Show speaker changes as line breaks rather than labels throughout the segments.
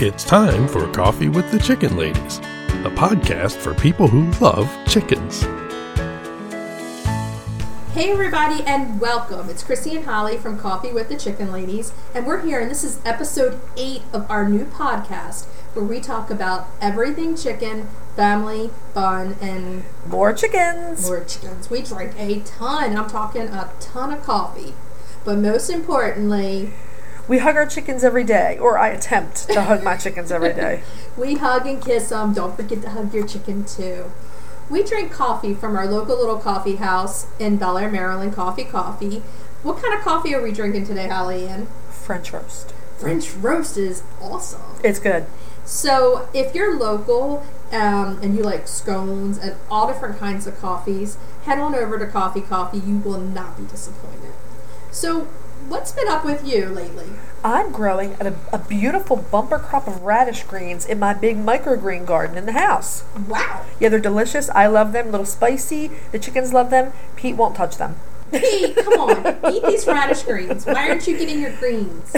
It's time for Coffee with the Chicken Ladies, a podcast for people who love chickens.
Hey, everybody, and welcome. It's Chrissy and Holly from Coffee with the Chicken Ladies, and we're here, and this is episode eight of our new podcast where we talk about everything chicken, family, fun, and
More chickens.
more chickens. We drink a ton. I'm talking a ton of coffee. But most importantly,
We hug our chickens every day, or I attempt to hug my chickens every day.
we hug and kiss them. Don't forget to hug your chicken, too. We drink coffee from our local little coffee house in Bel Air, Maryland, Coffee Coffee. What kind of coffee are we drinking today, Holly Ann?
French roast.
French roast is awesome.
It's good.
So if you're local um, and you like scones and all different kinds of coffees, head on over to Coffee Coffee. You will not be disappointed. So what's been up with you lately?
I'm growing a, a beautiful bumper crop of radish greens in my big microgreen garden in the house.
Wow,
Yeah, they're delicious. I love them. A little spicy. The chickens love them. Pete won't touch them.
Pete, come on, eat these radish greens. Why aren't you getting your greens?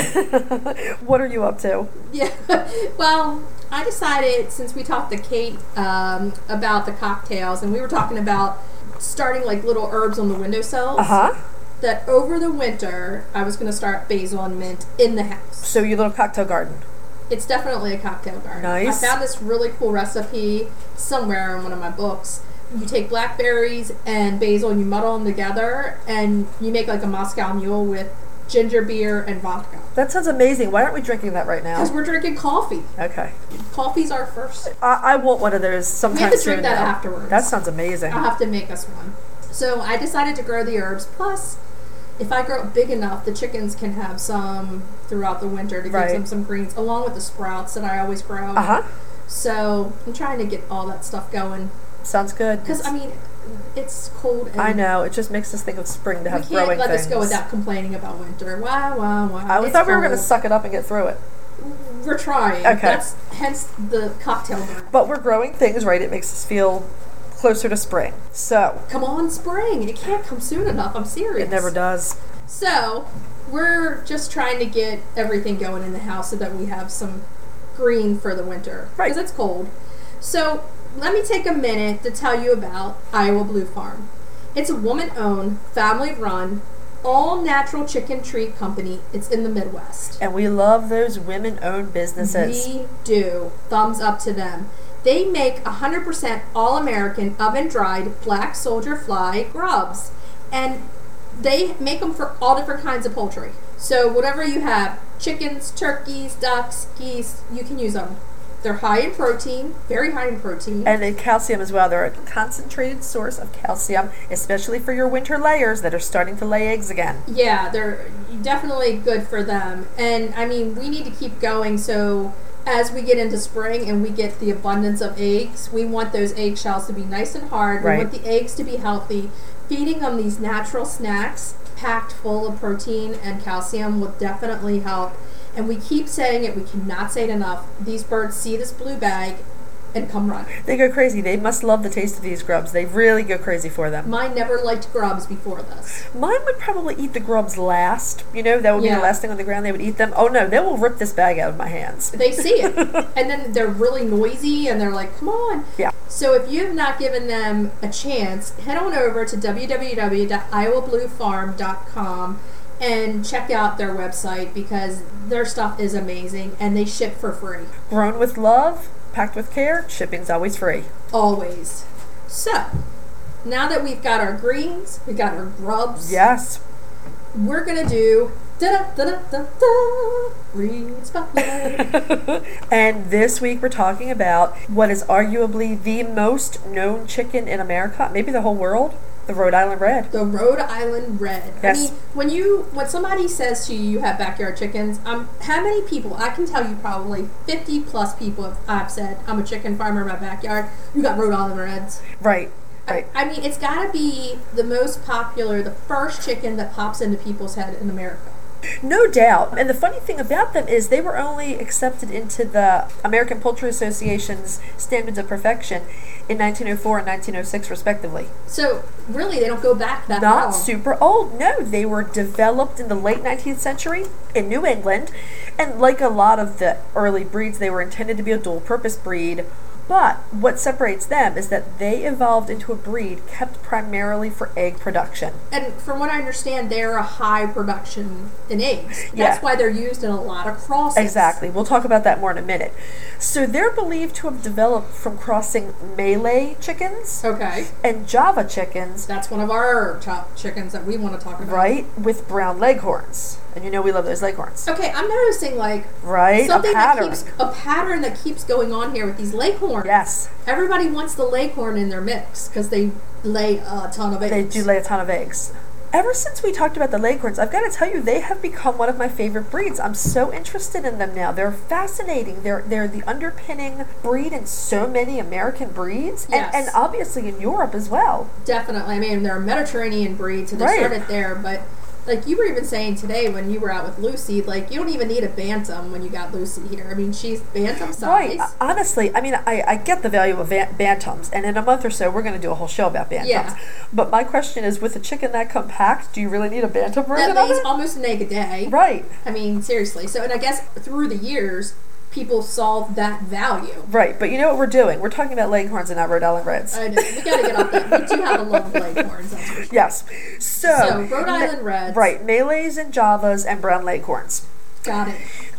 What are you up to?
Yeah. Well, I decided since we talked to Kate um, about the cocktails and we were talking about starting like little herbs on the windowsills.
Uh huh.
that over the winter I was going to start basil and mint in the house.
So your little cocktail garden.
It's definitely a cocktail garden.
Nice.
I found this really cool recipe somewhere in one of my books. You take blackberries and basil and you muddle them together and you make like a Moscow mule with ginger beer and vodka.
That sounds amazing. Why aren't we drinking that right
Because
now?
we're drinking coffee.
Okay.
Coffee's our first.
I, I want one of those sometime
drink
soon.
that
though.
afterwards. Uh-huh.
That sounds amazing.
I'll have to make us one. So I decided to grow the herbs. Plus, if I grow it big enough, the chickens can have some throughout the winter to give
Right.
them some greens, along with the sprouts that I always grow.
Uh huh.
So I'm trying to get all that stuff going
Sounds good.
because I mean, it's cold. And
I know. It just makes us think of spring to
Mm. We
have
can't
growing
let
things.
this go without complaining about winter. Wow, wow, wow.
I
It's
thought we were going to
cold.
suck it up and get through it.
We're trying.
Okay.
That's hence the cocktail bar.
But we're growing things, right? It makes us feel closer to spring. So
Come on, spring. It can't come soon enough. I'm serious.
it never does.
So, we're just trying to get everything going in the house so that we have some green for the winter.
Right.
Because it's cold. So, let me take a minute to tell you about Iowa Blue Farm. It's a woman owned, family run, all natural chicken treat company. It's in the Midwest.
And we love those women owned businesses.
We do. Thumbs up to them. They make 100% all American oven dried black soldier fly grubs. And they make them for all different kinds of poultry. So, whatever you have chickens, turkeys, ducks, geese you can use them. They're high in protein, very high in protein.
and in calcium as well. They're a concentrated source of calcium, especially for your winter layers that are starting to lay eggs again.
yeah, they're definitely good for them. And I mean, we need to keep going. So as we get into spring and we get the abundance of eggs, we want those eggshells to be nice and hard. We want
Right.
the eggs to be healthy. Feeding them these natural snacks packed full of protein and calcium will definitely help. And we keep saying it, we cannot say it enough. These birds see this blue bag and come running.
They go crazy. They must love the taste of these grubs. They really go crazy for them.
Mine never liked grubs before this.
Mine would probably eat the grubs last. You know, that would be
Yeah.
the last thing on the ground. They would eat them. Oh no, they will rip this bag out of my hands.
They see it. and then they're really noisy and they're like, come on.
Yeah.
So if you have not given them a chance, head on over to www.iowabluefarm.com and check out their website because their stuff is amazing and they ship for free.
Grown with love, packed with care, shipping's always free.
Always. So now that we've got our greens, we've got our grubs,
Yes.
we're going to do da da da da da green spotlight.
and this week we're talking about what is arguably the most known chicken in America, maybe the whole world, the Rhode Island Red.
The Rhode Island Red.
Yes.
I mean, when you when somebody says to you you have backyard chickens, um, how many people? I can tell you probably fifty plus people have I've said I'm a chicken farmer in my backyard. You got Rhode Island Reds.
Right. Right.
I mean, it's got to be the most popular, the first chicken that pops into people's head in America.
No doubt. And the funny thing about them is they were only accepted into the American Poultry Association's standards of perfection in 1904 and 1906 respectively.
So really, they don't go back that
Not
long.
super old. No, they were developed in the late 19th century in New England And like a lot of the early breeds, they were intended to be a dual purpose breed. But what separates them is that they evolved into a breed kept primarily for egg production.
And from what I understand, they're a high production in eggs. That's
Yeah.
why they're used in a lot of crosses.
Exactly. We'll talk about that more in a minute. So they're believed to have developed from crossing Malay chickens
Okay.
and Java chickens,
That's one of our top chickens that we want to talk about.
right, with brown leghorns. And you know we love those leghorns,
Okay, I'm noticing like
right?
Oh. something
a pattern.
that keeps a pattern that keeps going on here with these leghorns.
yes,
Everybody wants the leghorn in their mix because they lay a ton of eggs.
they do lay a ton of eggs. Ever since we talked about the leghorns, I've got to tell you they have become one of my favorite breeds. I'm so interested in them now. They're fascinating. They're they're the underpinning breed in so many American breeds,
Yes.
and, and obviously in Europe as well.
Definitely. I mean, they're a Mediterranean breed, so they
Right.
started there. But like you were even saying today when you were out with Lucy, like you don't even need a bantam when you got Lucy here. I mean, she's bantam size.
Right. Uh, Honestly, I mean, I, I get the value of van- bantams, and in a month or so, we're going to do a whole show about bantams.
Yeah.
But my question is, with a chicken that compact, do you really need a bantam version
That
of
lays
it?
almost an egg a day.
Right.
I mean, seriously. So, and I guess through the years, people saw that value.
Right. But you know what we're doing? We're talking about leghorns and not Rhode Island Reds.
I know. We gotta get off that. We do have a love of leghorns. That's for sure.
yes. So,
So, Rhode
ma-
Island Reds.
Right. Malays and Javas and brown leghorns.
Got it.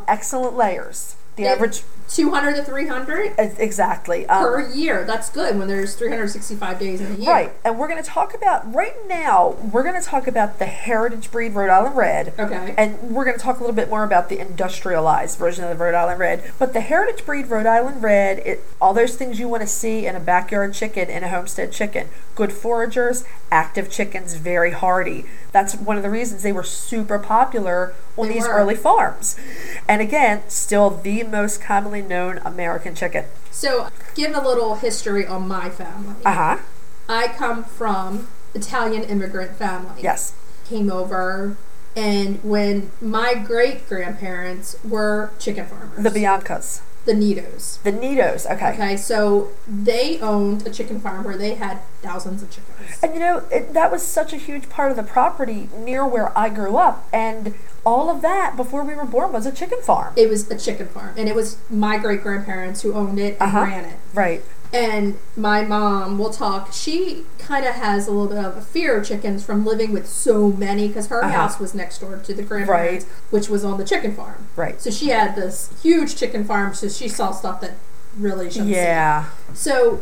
Excellent layers. The
They-
average.
200 to 300
ex- Exactly. Um,
per year. That's good when there's 365 days in a year.
Right, and we're going to talk about right now. We're going to talk about the heritage breed Rhode Island Red.
Okay.
And we're going to talk a little bit more about the industrialized version of the Rhode Island Red. But the heritage breed Rhode Island Red, it, all those things you want to see in a backyard chicken, in a homestead chicken. Good foragers, active chickens, very hardy. That's one of the reasons they were super popular on
They
these
were.
early farms. And again, still the most commonly known American chicken.
So, give a little history on my family.
Uh huh.
I come from Italian immigrant family.
Yes.
Came over and when my great grandparents were chicken farmers.
The Biancas,
the Nitos.
the Nitos. Okay.
Okay, so they owned a chicken farm where they had thousands of chickens.
And you know, it, that was such a huge part of the property near where I grew up. And all of that before we were born was a chicken farm.
It was a chicken farm, and it was my great grandparents who owned it and
Uh-huh.
ran it.
Right.
And my mom will talk. She kind of has a little bit of a fear of chickens from living with so many because her
Uh-huh.
house was next door to the grandparents, which was on the chicken farm.
Right.
So she had this huge chicken farm, so she saw stuff that really shouldn't see.
Yeah.
So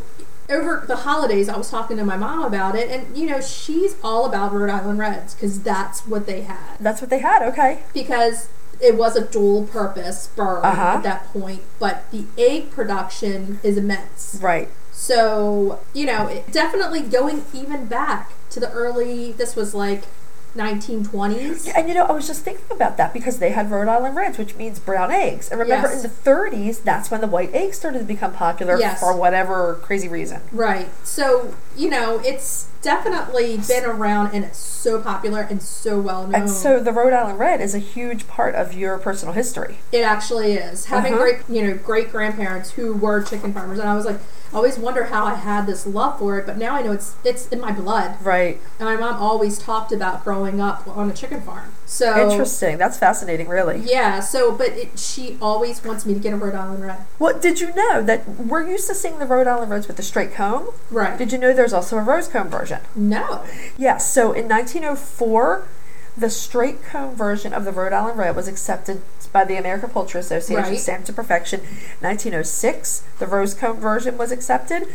over the holidays, I was talking to my mom about it, and you know, she's all about Rhode Island Reds because that's what they had.
That's what they had. Okay.
Because it was a dual purpose bird
Uh-huh.
at that point, but the egg production is immense.
Right.
So, you know, it, definitely going even back to the early, this was like 1920s.
And you know, I was just thinking about that because they had Rhode Island Reds, which means brown eggs. And remember,
Yes.
in the 30s, that's when the white eggs started to become popular
Yes.
for whatever crazy reason.
Right. So, you know, it's definitely been around and it's so popular and so well known.
And so the Rhode Island Red is a huge part of your personal history.
It actually is having
Uh-huh.
great, you know, great grandparents who were chicken farmers, and I was like, I always wonder how I had this love for it, but now I know it's it's in my blood.
Right.
And my mom always talked about growing up on a chicken farm. So
Interesting. That's fascinating, really.
Yeah. So, but it, she always wants me to get a Rhode Island Red.
What did you know that we're used to seeing the Rhode Island Reds with the straight comb?
Right.
Did you know there's also a rose comb version?
no.
Yes, so in 1904, the straight comb version of the Rhode Island Red was accepted by the American Poultry Association,
Right.
stamped to perfection. 1906, the rose comb version was accepted,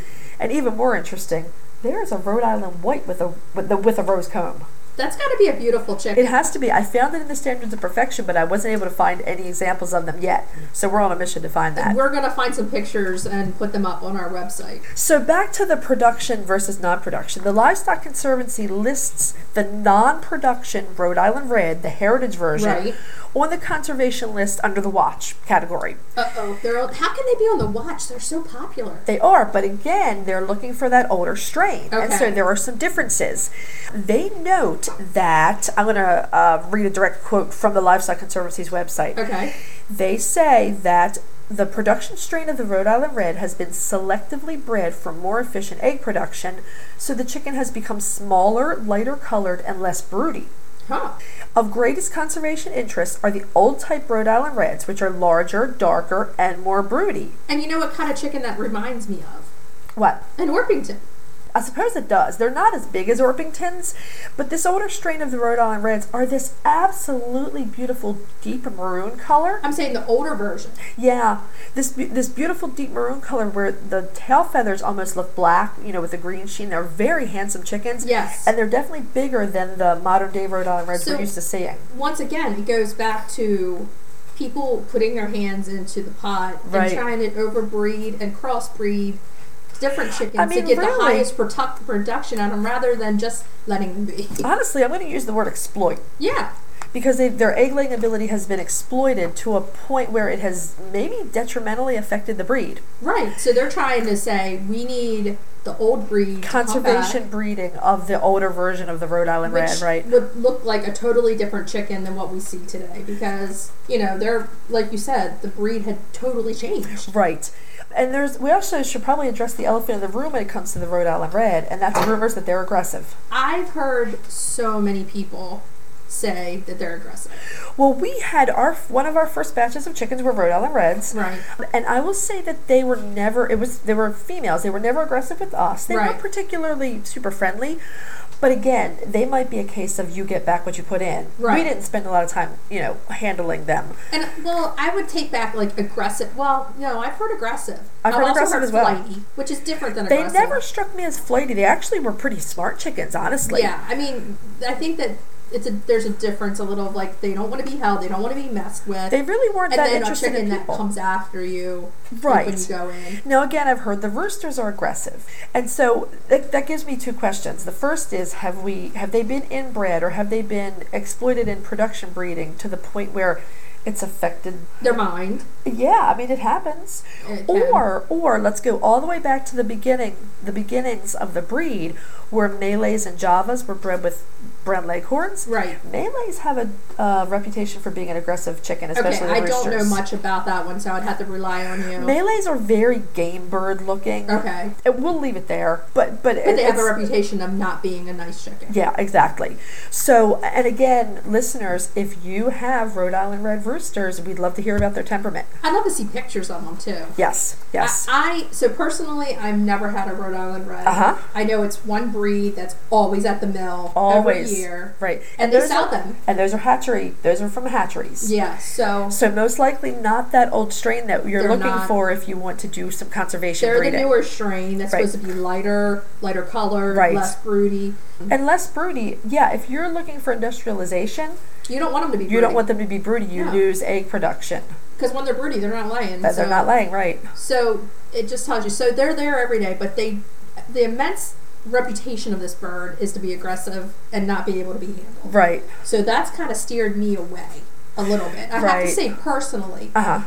and even more interesting, there is a Rhode Island white with a with, the, with a rose comb.
That's got to be a beautiful chicken.
It has to be. I found it in the standards of perfection, but I wasn't able to find any examples of them yet. So we're on a mission to find that.
We're gonna find some pictures and put them up on our website.
So back to the production versus non-production. The Livestock Conservancy lists the non-production Rhode Island Red, the heritage version,
Right.
on the conservation list under the watch category.
Uh oh. They're all- how can they be on the watch? They're so popular.
They are, but again, they're looking for that older strain. And
Okay.
so there are some differences. They note that, I'm going to uh, read a direct quote from the Livestock Conservancy's website.
Okay.
They say that the production strain of the Rhode Island Red has been selectively bred for more efficient egg production, so the chicken has become smaller, lighter colored, and less broody.
Huh.
Of greatest conservation interest are the old type Rhode Island Reds, which are larger, darker, and more broody.
And you know what kind of chicken that reminds me of?
What?
An Orpington.
I suppose it does. They're not as big as Orpingtons, but this older strain of the Rhode Island Reds are this absolutely beautiful deep maroon color.
I'm saying the older version.
Yeah, this bu- this beautiful deep maroon color where the tail feathers almost look black, you know, with a green sheen. They're very handsome chickens.
Yes.
and they're definitely bigger than the modern day Rhode Island Reds
So-
we're used to seeing.
Once again, it goes back to people putting their hands into the pot
Right.
and trying to overbreed and crossbreed different chickens
I mean,
to get the
really.
highest product- production out of them rather than just letting them be.
Honestly, I'm going to use the word exploit.
yeah.
because they, their egg laying ability has been exploited to a point where it has maybe detrimentally affected the breed.
Right. So they're trying to say we need the old breed to come back,
Conservation breeding of the older version of the Rhode Island
which
Red, right?
would look like a totally different chicken than what we see today because you know they're like you said the breed had totally changed.
Right. And there's we also should probably address the elephant in the room when it comes to the Rhode Island Red, and that's rumors that they're aggressive.
I've heard so many people say that they're aggressive.
Well, we had our one of our first batches of chickens were Rhode Island Reds.
Right.
And I will say that they were never it was they were females. They were never aggressive with us. They
Right.
weren't particularly super friendly. But again, they might be a case of you get back what you put in. We
Right.
didn't spend a lot of time, you know, handling them.
And well, I would take back like aggressive. Well, no, I've heard aggressive.
I've heard
also
aggressive
heard
as well.
flighty, which is different than
They
aggressive.
never struck me as flighty. They actually were pretty smart chickens, honestly.
yeah, I mean, I think that it's a there's a difference a little of like they don't want to be held, they don't want to be messed with.
They really weren't
and
that
then a
interested
chicken
in
that
people.
comes after you like, when you
Right.
go in.
Now, again, I've heard the roosters are aggressive, and so that, that gives me two questions. The first is: Have we have they been inbred or have they been exploited in production breeding to the point where it's affected?
Their mind.
Yeah, I mean it happens.
It can.
or or let's go all the way back to the beginning, the beginnings of the breed, where Malays and Javas were bred with brown leghorns.
Right.
Malays have a uh, reputation for being an aggressive chicken,
Okay,
especially
I
the
don't know
roosters.
much about that one, so I'd have to rely on you.
Malays are very game bird looking.
Okay.
It, we'll leave it there. But but,
But they have a
it's-
reputation of not being a nice chicken.
yeah, exactly. So and again, listeners, if you have Rhode Island red roosters, we'd love to hear about their temperament.
I'd love to see pictures of them too.
Yes, yes.
I, I so personally, I've never had a Rhode Island Red.
Uh-huh.
I know it's one breed that's always at the mill
Always
every year,
right,
And, they
those
sell
are,
them.
And those are hatchery. Those are from hatcheries.
Yeah. So
So most likely not that old strain that you're
They're
looking
not.
for if you want to do some conservation
they're
breeding.
the newer strain that's
Right.
supposed to be lighter, lighter color,
Right.
less broody.
and less broody. Yeah, if you're looking for industrialization,
You don't want them to be.
you don't want them to be broody. You
No.
lose egg production.
because when they're broody, they're not laying.
That they're
so-
not laying right.
So it just tells you. So they're there every day, but they, the immense reputation of this bird is to be aggressive and not be able to be handled.
Right.
So that's kind of steered me away a little bit. I have
Right.
to say personally,
Uh huh.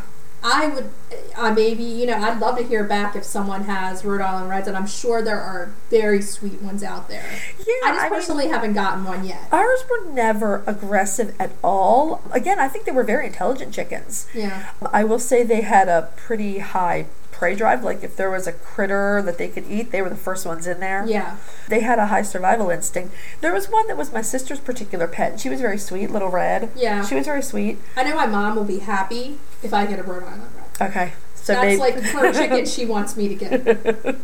I would, I maybe you know, I'd love to hear back if someone has Rhode Island Reds, and I'm sure there are very sweet ones out there.
Yeah.
I just
I mean,
personally haven't gotten one yet.
Ours were never aggressive at all. Again, I think they were very intelligent chickens.
Yeah,
I will say they had a pretty high prey drive. Like if there was a critter that they could eat, they were the first ones in there.
yeah.
They had a high survival instinct. There was one that was my sister's particular pet. She was very sweet, little red.
Yeah.
She was very sweet.
I know my mom will be happy if I get a Rhode Island Red.
Okay. So
That's
maybe-
like her chicken she wants me to get.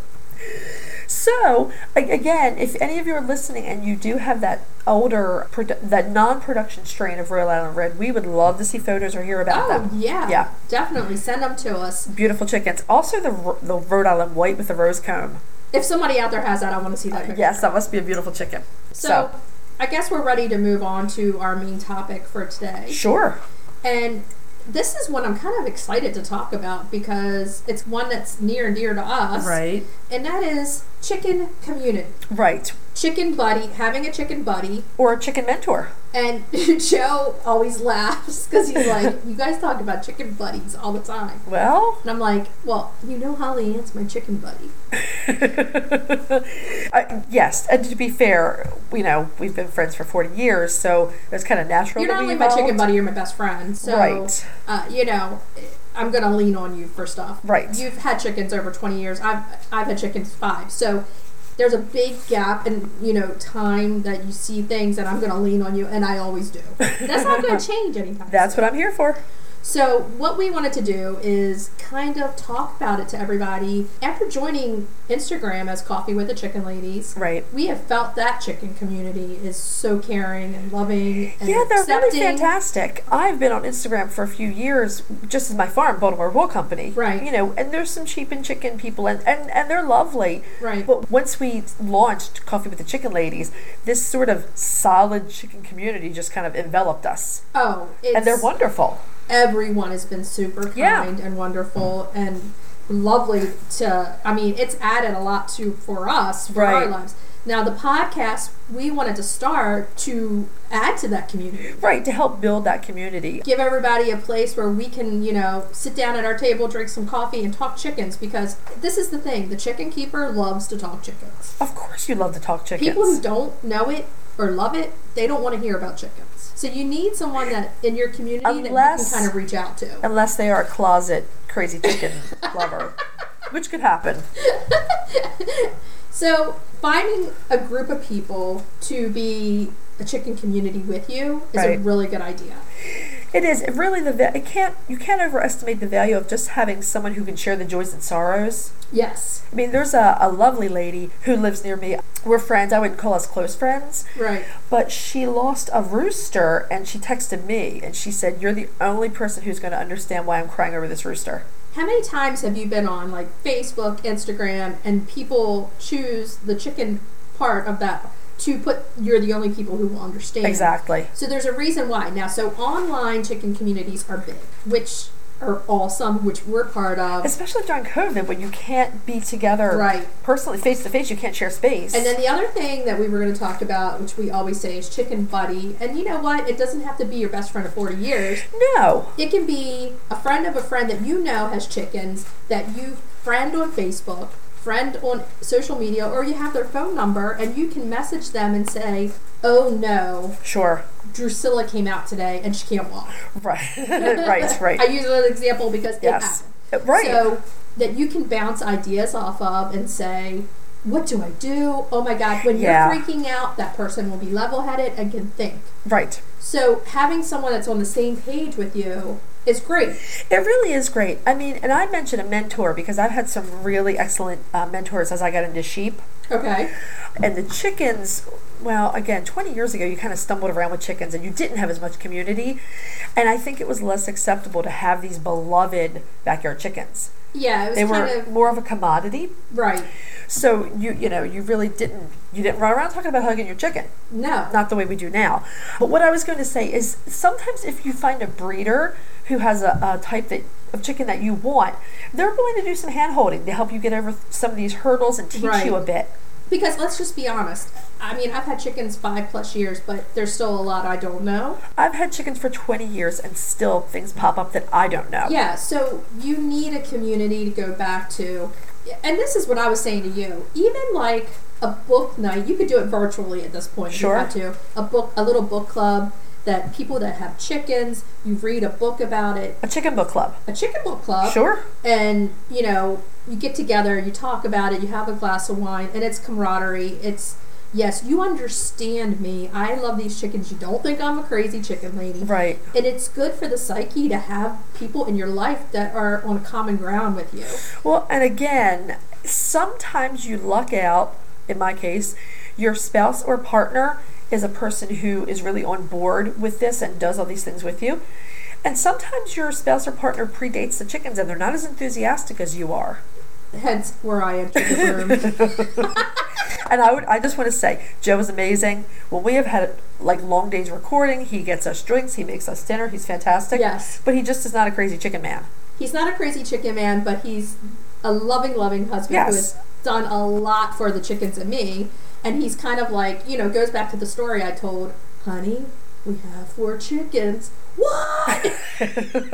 So a- again, if any of you are listening and you do have that older, produ- that non-production strain of Rhode Island Red, we would love to see photos or hear about
Oh
them.
yeah,
Yeah.
definitely send them to us.
Beautiful chickens. Also, the ro- the Rhode Island White with the rose comb.
If somebody out there has that, I want to see that. picture.
Yes, that must be a beautiful chicken.
So, I guess we're ready to move on to our main topic for today.
sure.
And this is one I'm kind of excited to talk about because it's one that's near and dear to us.
Right.
And that is chicken community.
Right.
Chicken buddy, having a chicken buddy.
Or a chicken mentor.
And Joe always laughs because he's like, You guys talk about chicken buddies all the time.
Well,
And I'm like, Well, you know Holly Ann's my chicken buddy.
uh, yes, and to be fair, you know we've been friends for forty years, so it's kind of natural.
You're not
that we
only my chicken
evolved.
buddy, you're my best friend. So,
Right.
uh, you know, I'm gonna lean on you for stuff.
Right.
You've had chickens over 20 years. I've I've had chickens five. So there's a big gap in you know time that you see things, and I'm going to lean on you, and I always do. That's not going to change anytime.
That's
soon.
what I'm here for.
So, what we wanted to do is kind of talk about it to everybody. After joining Instagram as Coffee with the Chicken Ladies,
Right.
we have felt that chicken community is so caring and loving and
Yeah, they're
accepting.
really fantastic. I've been on Instagram for a few years, just as my farm, Baltimore Wool Company.
Right.
You know, and there's some sheep and chicken people, and, and, and they're lovely.
Right.
But once we launched Coffee with the Chicken Ladies, this sort of solid chicken community just kind of enveloped us.
Oh, it's,
and they're wonderful.
everyone has been super kind
Yeah.
and wonderful and lovely to I mean, it's added a lot to for us for our
Right.
lives. Now the podcast we wanted to start to add to that community.
Right, to help build that community.
Give everybody a place where we can, you know, sit down at our table, drink some coffee and talk chickens because this is the thing, the chicken keeper loves to talk chickens.
Of course, you love to talk chickens.
People who don't know it or love it, they don't want to hear about chickens. So you need someone that in your community that you
Unless-
can kind of reach out to.
Unless they are a closet crazy chicken lover, which could happen.
So finding a group of people to be a chicken community with you is a
Right.
really good idea.
It is it really the va- it can't you can't overestimate the value of just having someone who can share the joys and sorrows.
Yes.
I mean, there's a, a lovely lady who lives near me. We're friends. I wouldn't call us close friends,
Right.
but she lost a rooster and she texted me and she said, "You're the only person who's going to understand why I'm crying over this rooster."
How many times have you been on like Facebook, Instagram, and people choose the chicken part of that to put you're the only people who will understand.
Exactly.
So there's a reason why. Now, so online chicken communities are big, which are awesome, which we're part of.
Especially during COVID when you can't be together
Right.
personally face to face, you can't share space.
And then the other thing that we were going to talk about, which we always say, is chicken buddy. And you know what? It doesn't have to be your best friend of 40 years.
no,
It can be a friend of a friend that you know has chickens that you friend on Facebook, friend on social media, or you have their phone number and you can message them and say, Oh no,
sure,
Drusilla came out today and she can't walk.
right, right, right.
I use it as an example because
Yes.
it happened.
Right.
So that you can bounce ideas off of and say, what do I do? Oh my God, when
Yeah.
you're freaking out, that person will be level headed and can think.
right.
So having someone that's on the same page with you is great.
It really is great. I mean, and I mentioned a mentor because I've had some really excellent uh, mentors as I got into sheep.
Okay.
And the chickens, well, again, 20 years ago, you kind of stumbled around with chickens and you didn't have as much community. And I think it was less acceptable to have these beloved backyard chickens.
Yeah, it was
They were
kind of
more of a commodity.
right.
So you you know you really didn't you didn't run around talking about hugging your chicken
No.
not the way we do now. But what I was going to say is sometimes if you find a breeder who has a, a type that of chicken that you want, they're willing to do some hand holding to help you get over some of these hurdles and teach
Right.
you a bit.
because let's just be honest. I mean, I've had chickens five plus years, but there's still a lot I don't know.
I've had chickens for 20 years and still things pop up that I don't know.
Yeah, so you need a community to go back to. And this is what I was saying to you. Even like a book night, you could do it virtually at this point. if
Sure.
You have to. A book, a little book club that people that have chickens, you read a book about it.
A chicken book club.
A chicken book club.
Sure.
And, you know, you get together, you talk about it, you have a glass of wine, and it's camaraderie. It's, yes, you understand me. I love these chickens. You don't think I'm a crazy chicken lady.
Right.
And it's good for the psyche to have people in your life that are on common ground with you.
Well, and again, sometimes you luck out, in my case, your spouse or partner is a person who is really on board with this and does all these things with you. And sometimes your spouse or partner predates the chickens and they're not as enthusiastic as you are.
Hence where I entered the room.
And I would I just want to say, Joe is amazing. When we have had like long days recording, he gets us drinks, he makes us dinner, he's fantastic.
Yes.
But he just is not a crazy chicken man.
he's not a crazy chicken man, but he's a loving, loving husband who
Yes.
has done a lot for the chickens and me. And he's kind of like, you know, goes back to the story I told, honey, we have four chickens. What?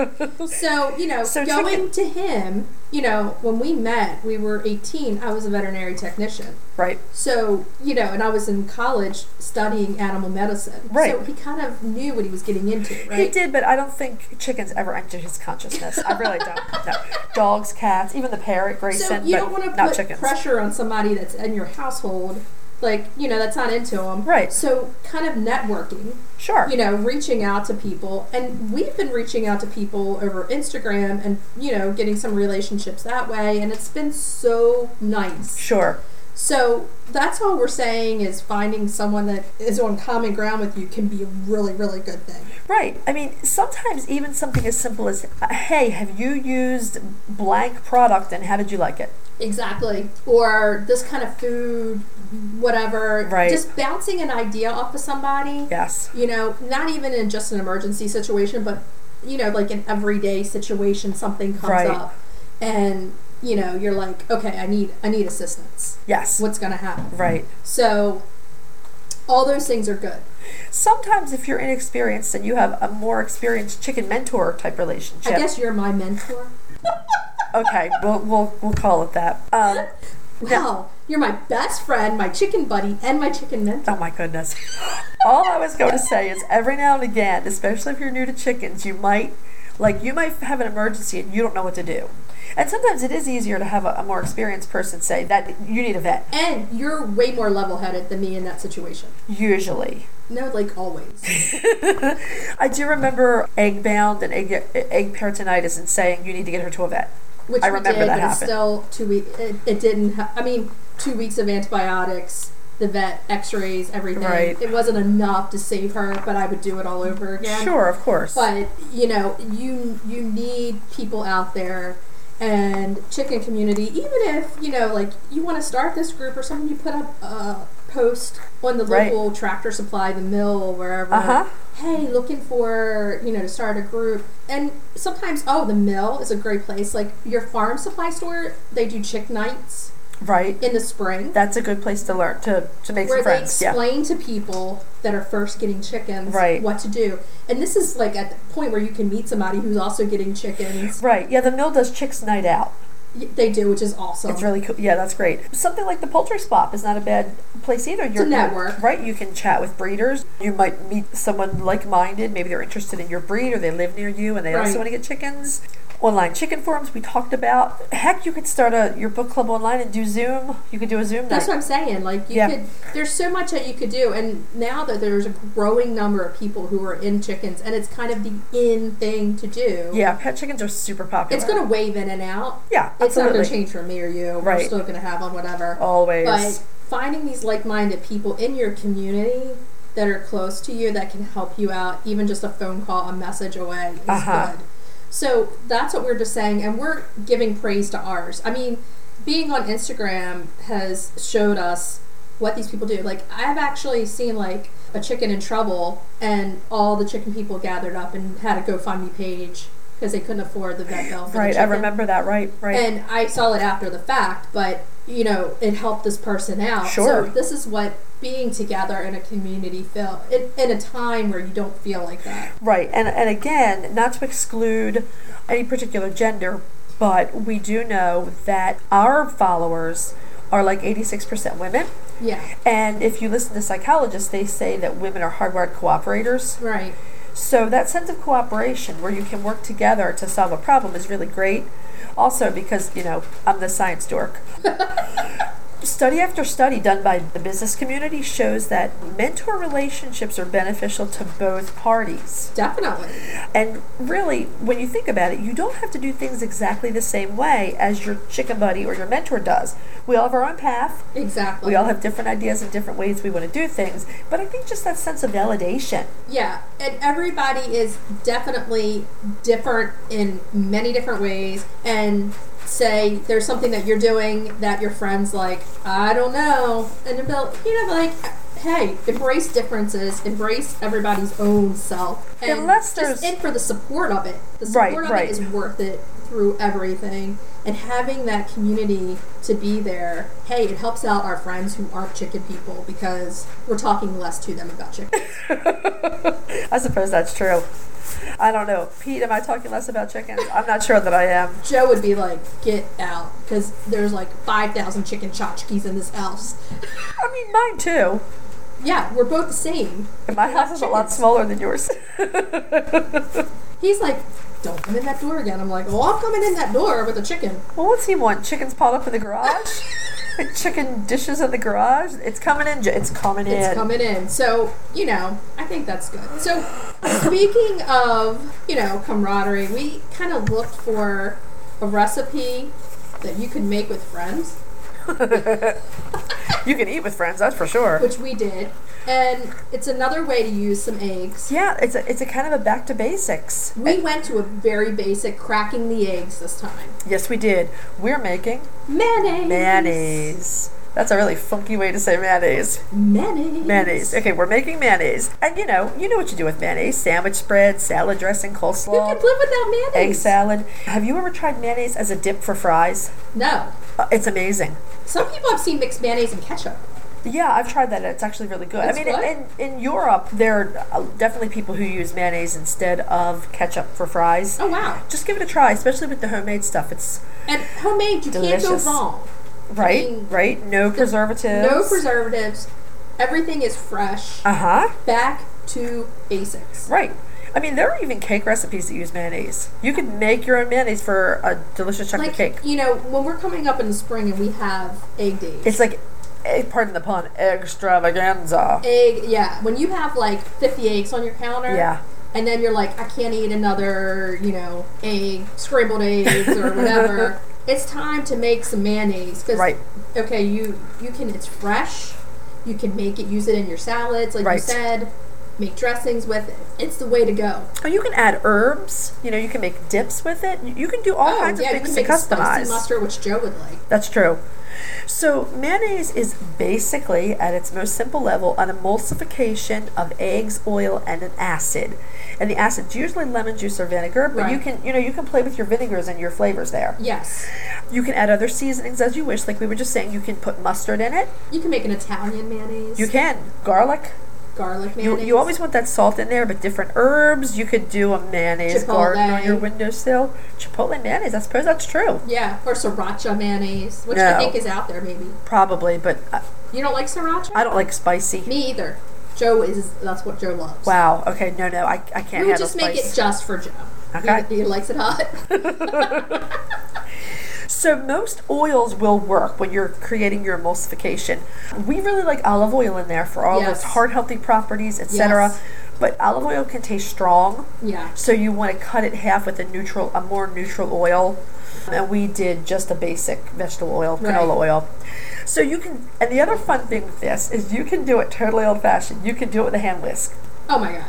so, you know,
So
going to him, you know, when we met, we were 18. I was a veterinary technician.
right?
So, you know, and I was in college studying animal medicine. So
Right.
he kind of knew what he was getting into, right?
He did, but I don't think chickens ever entered his consciousness. I really don't. No. Dogs, cats, even the parrot,
So
Grayson,
you
but
don't want to
not
put
chickens.
pressure on somebody that's in your household, like you know that's not into them.
Right.
So kind of networking,
Sure.
you know, reaching out to people, and we've been reaching out to people over Instagram, and you know, getting some relationships that way, and it's been so nice.
Sure.
So that's all we're saying is finding someone that is on common ground with you can be a really really good thing.
Right. I mean, sometimes even something as simple as, uh, hey, have you used blank product and how did you like it?
Exactly. Or this kind of food, whatever.
Right.
Just bouncing an idea off of somebody.
Yes.
You know, not even in just an emergency situation, but, you know, like an everyday situation, something comes
Right.
up. And, you know, you're like, okay, I need, I need assistance.
Yes.
What's going to happen?
Right.
So, all those things are good.
Sometimes if you're inexperienced and you have a more experienced chicken mentor type relationship.
I guess you're my mentor.
Okay, we'll, we'll, we'll call it that. Um,
Wow. You're my best friend, my chicken buddy, and my chicken mentor.
Oh my goodness. All I was going to say is every now and again, especially if you're new to chickens, you might like you might have an emergency and you don't know what to do. And sometimes it is easier to have a, a more experienced person say that you need a vet.
And you're way more level headed than me in that situation.
Usually.
No, like always.
I do remember egg bound and egg, egg peritonitis and saying you need to get her to a vet.
Which
I
we
remember
did,
that
but it's
happened.
Still, two week. It, it didn't. Ha- I mean, two weeks of antibiotics, the vet, X-rays, everything.
Right.
It wasn't enough to save her, but I would do it all over again.
Sure, of course.
But you know, you you need people out there and chicken community. Even if you know, like, you want to start this group or something, you put up a post on the
Right.
local tractor supply, the mill, or wherever.
Uh-huh.
Hey, looking for you know to start a group. And sometimes, oh, the mill is a great place. Like your farm supply store, they do chick nights
right.
in the spring
That's a good place to learn to, to make
where
some
they
friends. Yeah.
explain to people that are first getting chickens
Right.
what to do. And this is like at the point where you can meet somebody who's also getting chickens.
Right. Yeah, the mill does chicks night out.
Y- They do, which is awesome.
It's really cool. Yeah, that's great. Something like the poultry spot is not a bad place either. You're,
network.
right? You can chat with breeders. You might meet someone like-minded. Maybe they're interested in your breed, or they live near you, and they
Right.
also want to get chickens. Online chicken forums we talked about. Heck, you could start a your book club online and do Zoom. You could do a Zoom
That's
night.
what I'm saying. Like you
Yeah.
could, there's so much that you could do, and now that there's a growing number of people who are in chickens, and it's kind of the in thing to do.
yeah, pet chickens are super popular.
It's gonna wave in and out.
yeah,
It's not
absolutely
gonna change for me or you. We're
Right.
still gonna have on whatever.
always.
But finding these like minded people in your community that are close to you that can help you out, even just a phone call, a message away, is
Uh-huh.
good. So that's what we're just saying, and we're giving praise to ours. I mean, being on Instagram has showed us what these people do. Like, I've actually seen like a chicken in trouble, and all the chicken people gathered up and had a GoFundMe page because they couldn't afford the vet bill. For the
right, I
chicken.
remember that. Right, right.
And I saw it after the fact, but you know, it helped this person out.
Sure.
So this is what being together in a community feel in, in a time where you don't feel like that.
Right, and and again, not to exclude any particular gender, but we do know that our followers are like 86% women.
Yeah.
And if you listen to psychologists, they say that women are hardwired cooperators.
Right.
So that sense of cooperation where you can work together to solve a problem is really great. Also, because, you know, I'm the science dork. study after study done by the business community shows that mentor relationships are beneficial to both parties.
Definitely.
And really, when you think about it, you don't have to do things exactly the same way as your chicken buddy or your mentor does. We all have our own path.
Exactly.
We all have different ideas and different ways we want to do things. But I think just that sense of validation.
yeah. And everybody is definitely different in many different ways and say there's something that you're doing that your friends like, I don't know and they'll be like- you know like Hey, embrace differences, embrace everybodydy's own self. And
Unless
just
there's-
in for the support of it. The
Right,
support of
right.
it is worth it through everything. and having that community to be there, hey, it helps out our friends who aren't chicken people because we're talking less to them about chicken.
I suppose that's true. I don't know. Pete, am I talking less about chickens? I'm not sure that I am.
Joe would be like, get out, because there's like 5,000 chicken tchotchkes in this house.
I mean, mine too.
Yeah, we're both the same.
And my house is a lot smaller than yours.
He's like, don't come in that door again. I'm like, well, I'm coming in that door with a chicken.
Well, what's he want? Chickens pot up in the garage? Chicken dishes in the garage? It's coming in. J- It's coming in.
It's coming in. So, you know, I think that's good. So, speaking of, you know, camaraderie, we kind of looked for a recipe that you could make with friends,
You can eat with friends, that's for sure.
which we did. And it's another way to use some eggs.
Yeah, it's a, it's a kind of a back to basics.
We went to a very basic cracking the eggs this time.
Yes, we did. We're making
Mayonnaise.
mayonnaise. That's a really funky way to say mayonnaise.
Mayonnaise.
Mayonnaise. Okay, we're making mayonnaise. And you know, you know what you do with mayonnaise. Sandwich spread, salad dressing,
Who could live
coleslaw,
without mayonnaise?
egg salad. Have you ever tried mayonnaise as a dip for fries?
No.
Uh, it's amazing.
Some people have seen mixed mayonnaise and ketchup.
Yeah, I've tried that. It's actually really good.
It's
I mean,
good?
in in Europe, there are uh, definitely people who use mayonnaise instead of ketchup for fries.
Oh, wow.
Just give it a try, especially with the homemade stuff. It's
And homemade, you can't
Delicious.
go wrong.
right,
mean,
right. No preservatives.
No preservatives. Everything is fresh.
Uh huh.
Back to basics.
Right. I mean, there are even cake recipes that use mayonnaise. You could make your own mayonnaise for a delicious chocolate
Like
cake.
you know, when we're coming up in the spring and we have egg days.
It's like, eh, pardon the pun, extravaganza.
egg. Yeah, when you have like fifty eggs on your counter.
Yeah.
And then you're like, I can't eat another, you know, egg, scrambled eggs or whatever. it's time to make some mayonnaise because,
Right.
okay, you you can it's fresh. You can make it, use it in your salads, like you
Right.
said. Make dressings with it. It's the way to go.
Or you can add herbs. You know, you can make dips with it. You you can do all kinds of
Oh, you
things
can
to
make a spicy
customize.
mustard, which Joe would like.
That's true. So, mayonnaise is basically, at its most simple level, an emulsification of eggs, oil, and an acid. And the acid's usually lemon juice or vinegar, but you
Right.
can, you know, you can play with your vinegars and your flavors there.
Yes.
You can add other seasonings as you wish, like we were just saying. You can put mustard in it.
You can make an Italian mayonnaise.
You can garlic.
garlic
You,
mayonnaise.
you always want that salt in there, but different herbs. You could do a mayonnaise garden on your
Chipotle.
windowsill. Chipotle mayonnaise. I suppose that's true.
Yeah, or sriracha mayonnaise, which I
No.
think is out there maybe.
Probably, but I,
You don't like sriracha?
I don't like spicy.
Me either. Joe is that's what Joe loves.
Wow. Okay. No, no. I, I can't
We would
handle
just make it
spice.
just for Joe.
Okay.
He, he likes it hot.
So most oils will work when you're creating your emulsification. We really like olive oil in there for all
Yes.
those heart healthy properties, etc.
Yes.
But olive oil can taste strong.
yeah.
So you want to cut it half with a neutral, a more neutral oil. And we did just a basic vegetable oil,
Right.
canola oil. So you can, and the other fun thing with this is you can do it totally old fashioned. You can do it with a hand whisk.
Oh my god.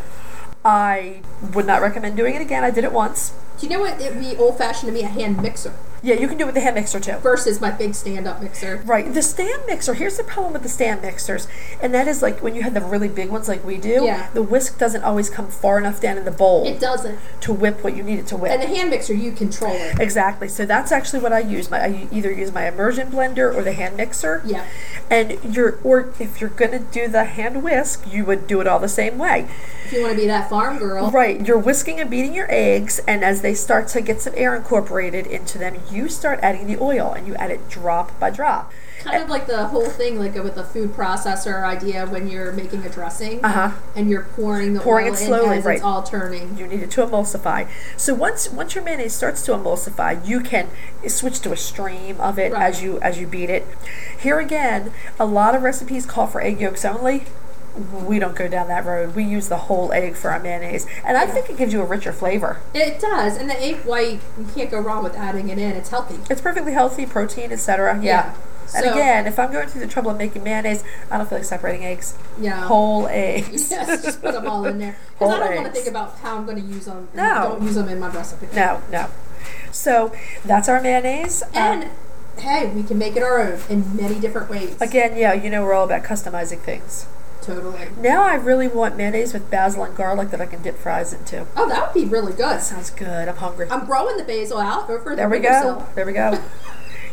I would not recommend doing it again. I did it once.
Do you know what it'd be old fashioned to be a hand mixer
Yeah, you can do it with a hand mixer too.
versus my big stand up mixer.
Right. The stand mixer, here's the problem with the stand mixers, and that is like when you have the really big ones like we do,
Yeah.
the whisk doesn't always come far enough down in the bowl
It doesn't.
to whip what you need it to whip.
And the hand mixer you control it.
Exactly. So that's actually what I use. My I either use my immersion blender or the hand mixer.
Yeah.
And you're or if you're gonna do the hand whisk, you would do it all the same way.
If you want to be that farm girl.
Right. You're whisking and beating your eggs, and as they start to get some air incorporated into them, you start adding the oil, and you add it drop by drop.
Kind of like the whole thing, like with the food processor idea when you're making a dressing
Uh-huh.
and you're pouring the
Pouring
oil
it slowly,
in as
right.
it's all turning.
You need it to emulsify. So once once your mayonnaise starts to emulsify, you can switch to a stream of it
Right.
as you as you beat it. Here again, a lot of recipes call for egg yolks only. We don't go down that road. We use the whole egg for our mayonnaise, and I think it gives you a richer flavor.
It does, and the egg white, you can't go wrong with adding it in. It's healthy.
It's perfectly healthy, protein, etc. Yeah.
Yeah.
And
So-
again, if I'm going through the trouble of making mayonnaise, I don't feel like separating eggs.
Yeah.
Whole eggs.
yes, just put them all in there. Because
Whole
I don't want to
eggs.
think about how I'm going to use them. and
No.
Don't use them in my recipe.
No, no. So that's our mayonnaise.
And,
Um,
hey, we can make it our own in many different ways.
again, yeah, you know we're all about customizing things.
Totally.
Now I really want mayonnaise with basil and garlic that I can dip fries into.
Oh, that would be really good.
Sounds good. I'm hungry.
I'm growing the basil out over
there
the
we go.
windowsill.
There we go.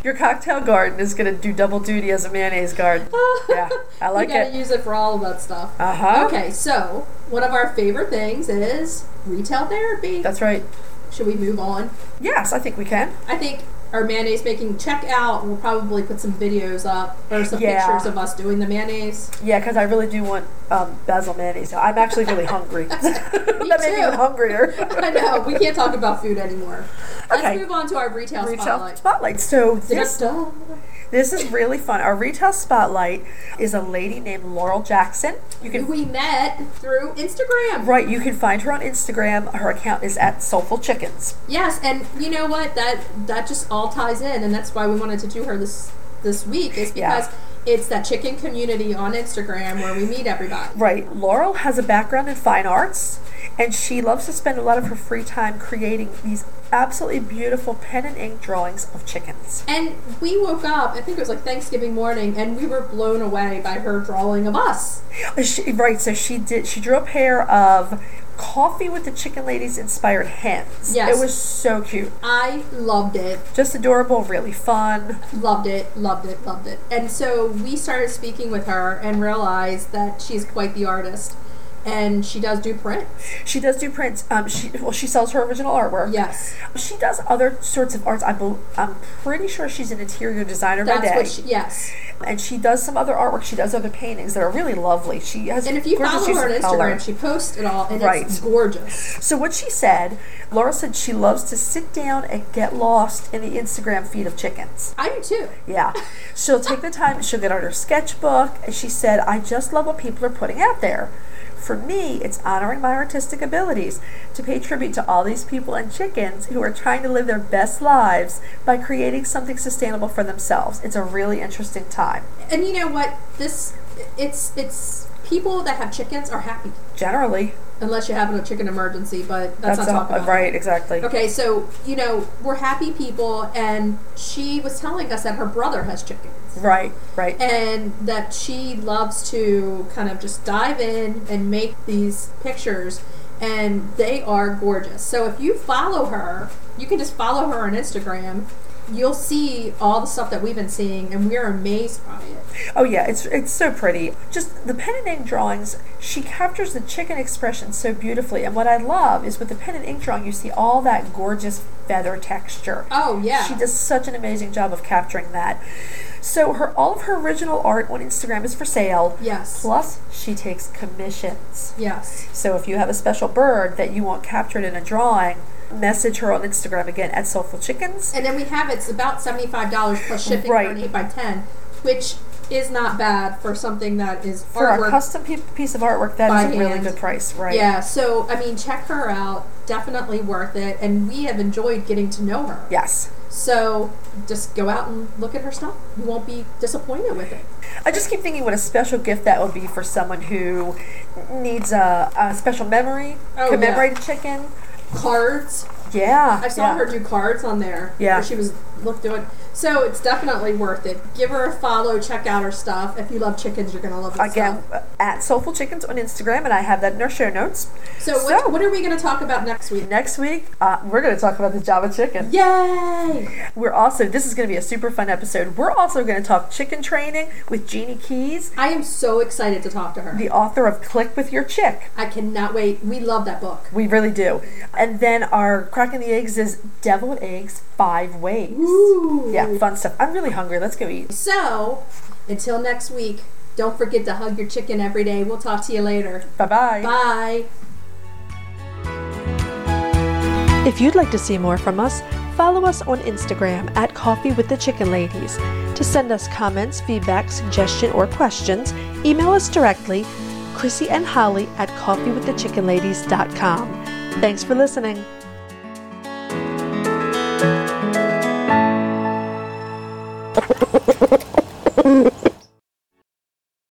Your cocktail garden is going to do double duty as a mayonnaise garden. yeah, I like
you gotta
it.
use it for all of that stuff.
Uh huh.
Okay, so one of our favorite things is retail therapy.
That's right.
Should we move on?
Yes, I think we can.
I think our mayonnaise making checkout. We'll probably put some videos up or some
Yeah.
pictures of us doing the mayonnaise.
Yeah, because I really do want um, basil mayonnaise. I'm actually really hungry. that made me
too.
even hungrier.
I know we can't talk about food anymore.
Okay.
Let's move on to our retail,
Retail
spotlight.
spotlight. So this
Da-da-da.
this is really fun. Our retail spotlight is a lady named Laurel Jackson. You
Who
can
We met through Instagram.
right. You can find her on Instagram. Her account is at Soulful Chickens.
Yes, and you know what? That that just all ties in, and that's why we wanted to do her this this week is
Yeah.
because it's that chicken community on Instagram where we meet everybody.
Right. Laurel has a background in fine arts, and she loves to spend a lot of her free time creating these absolutely beautiful pen and ink drawings of chickens.
And we woke up, I think it was like Thanksgiving morning, and we were blown away by her drawing of us.
Uh, She, right. So she did. She drew a pair of coffee with the chicken ladies inspired hens.
Yes.
It was so cute.
I loved it,
Just adorable. Really fun.
loved it, loved it, loved it. And so we started speaking with her and realized that she's quite the artist. And she does do print.
She does do prints. Um. She well. She sells her original artwork.
Yes.
She does other sorts of arts. I bel I'm pretty sure she's an interior designer by
That's
day.
what she, yes.
and she does some other artwork. She does other paintings that are really lovely. She has
And if you
gorgeous
follow
use
her on
of
Instagram,
color.
she posts it all, and it's
Right.
gorgeous.
So what she said, Laura said she loves to sit down and get lost in the Instagram feed of chickens.
I do too.
Yeah, she'll take the time. She'll get out her sketchbook, and she said, "I just love what people are putting out there." For me, it's honoring my artistic abilities to pay tribute to all these people and chickens who are trying to live their best lives by creating something sustainable for themselves. It's a really interesting time.
And you know what? This, it's, it's people that have chickens are happy.
Generally,
Unless you're having a chicken emergency, but that's, not
all-
talking about.
right. Exactly.
Okay, so you know we're happy people, and she was telling us that her brother has chickens,
Right, right.
and that she loves to kind of just dive in and make these pictures, and they are gorgeous. So if you follow her, you can just follow her on Instagram. You'll see all the stuff that we've been seeing, and we're amazed by it.
oh yeah, it's it's so pretty. Just the pen and ink drawings, she captures the chicken expression so beautifully. And what I love is with the pen and ink drawing, you see all that gorgeous feather texture.
Oh yeah,
She does such an amazing job of capturing that. So her all of her original art on Instagram is for sale.
Yes.
Plus, she takes commissions.
Yes,
So if you have a special bird that you want captured in a drawing, message her on Instagram again at Soulful Chickens.
and then we have it's about seventy five dollars plus shipping
Right.
for an eight by ten, which is not bad for something that is
for a
artwork
custom pe- piece of artwork, that is
By
a really
hand.
good price, right?
Yeah, so I mean, check her out. Definitely worth it, and we have enjoyed getting to know her.
Yes.
So just go out and look at her stuff. You won't be disappointed with it.
I just keep thinking what a special gift that would be for someone who needs a, a special memory,
Oh,
commemorated chicken.
Cards.
Yeah.
I saw
yeah.
her do cards on there.
Yeah.
where she was look doing. So it's definitely worth it. Give her a follow. Check out her stuff. If you love chickens, you're gonna love her
Again,
stuff.
at Soulful Chickens on Instagram, and I have that in our show notes.
So what, what are we gonna talk about next week?
next week, uh, we're going to talk about the Java chicken.
Yay!
We're also, this is going to be a super fun episode. We're also going to talk chicken training with Jeannie Keys,
I am so excited to talk to her.
the author of Click With Your Chick.
I cannot wait. We love that book.
We really do. And then our cracking the eggs is deviled eggs five ways.
Ooh.
Yeah, fun stuff. I'm really hungry. Let's go eat.
So, until next week, don't forget to hug your chicken every day. We'll talk to you later.
Bye-bye.
Bye.
If you'd like to see more from us, follow us on Instagram at Coffee with the Chicken Ladies. To send us comments, feedback, suggestion, or questions, email us directly, Chrissy and Holly at coffeewiththechickenladies.com. Thanks for listening.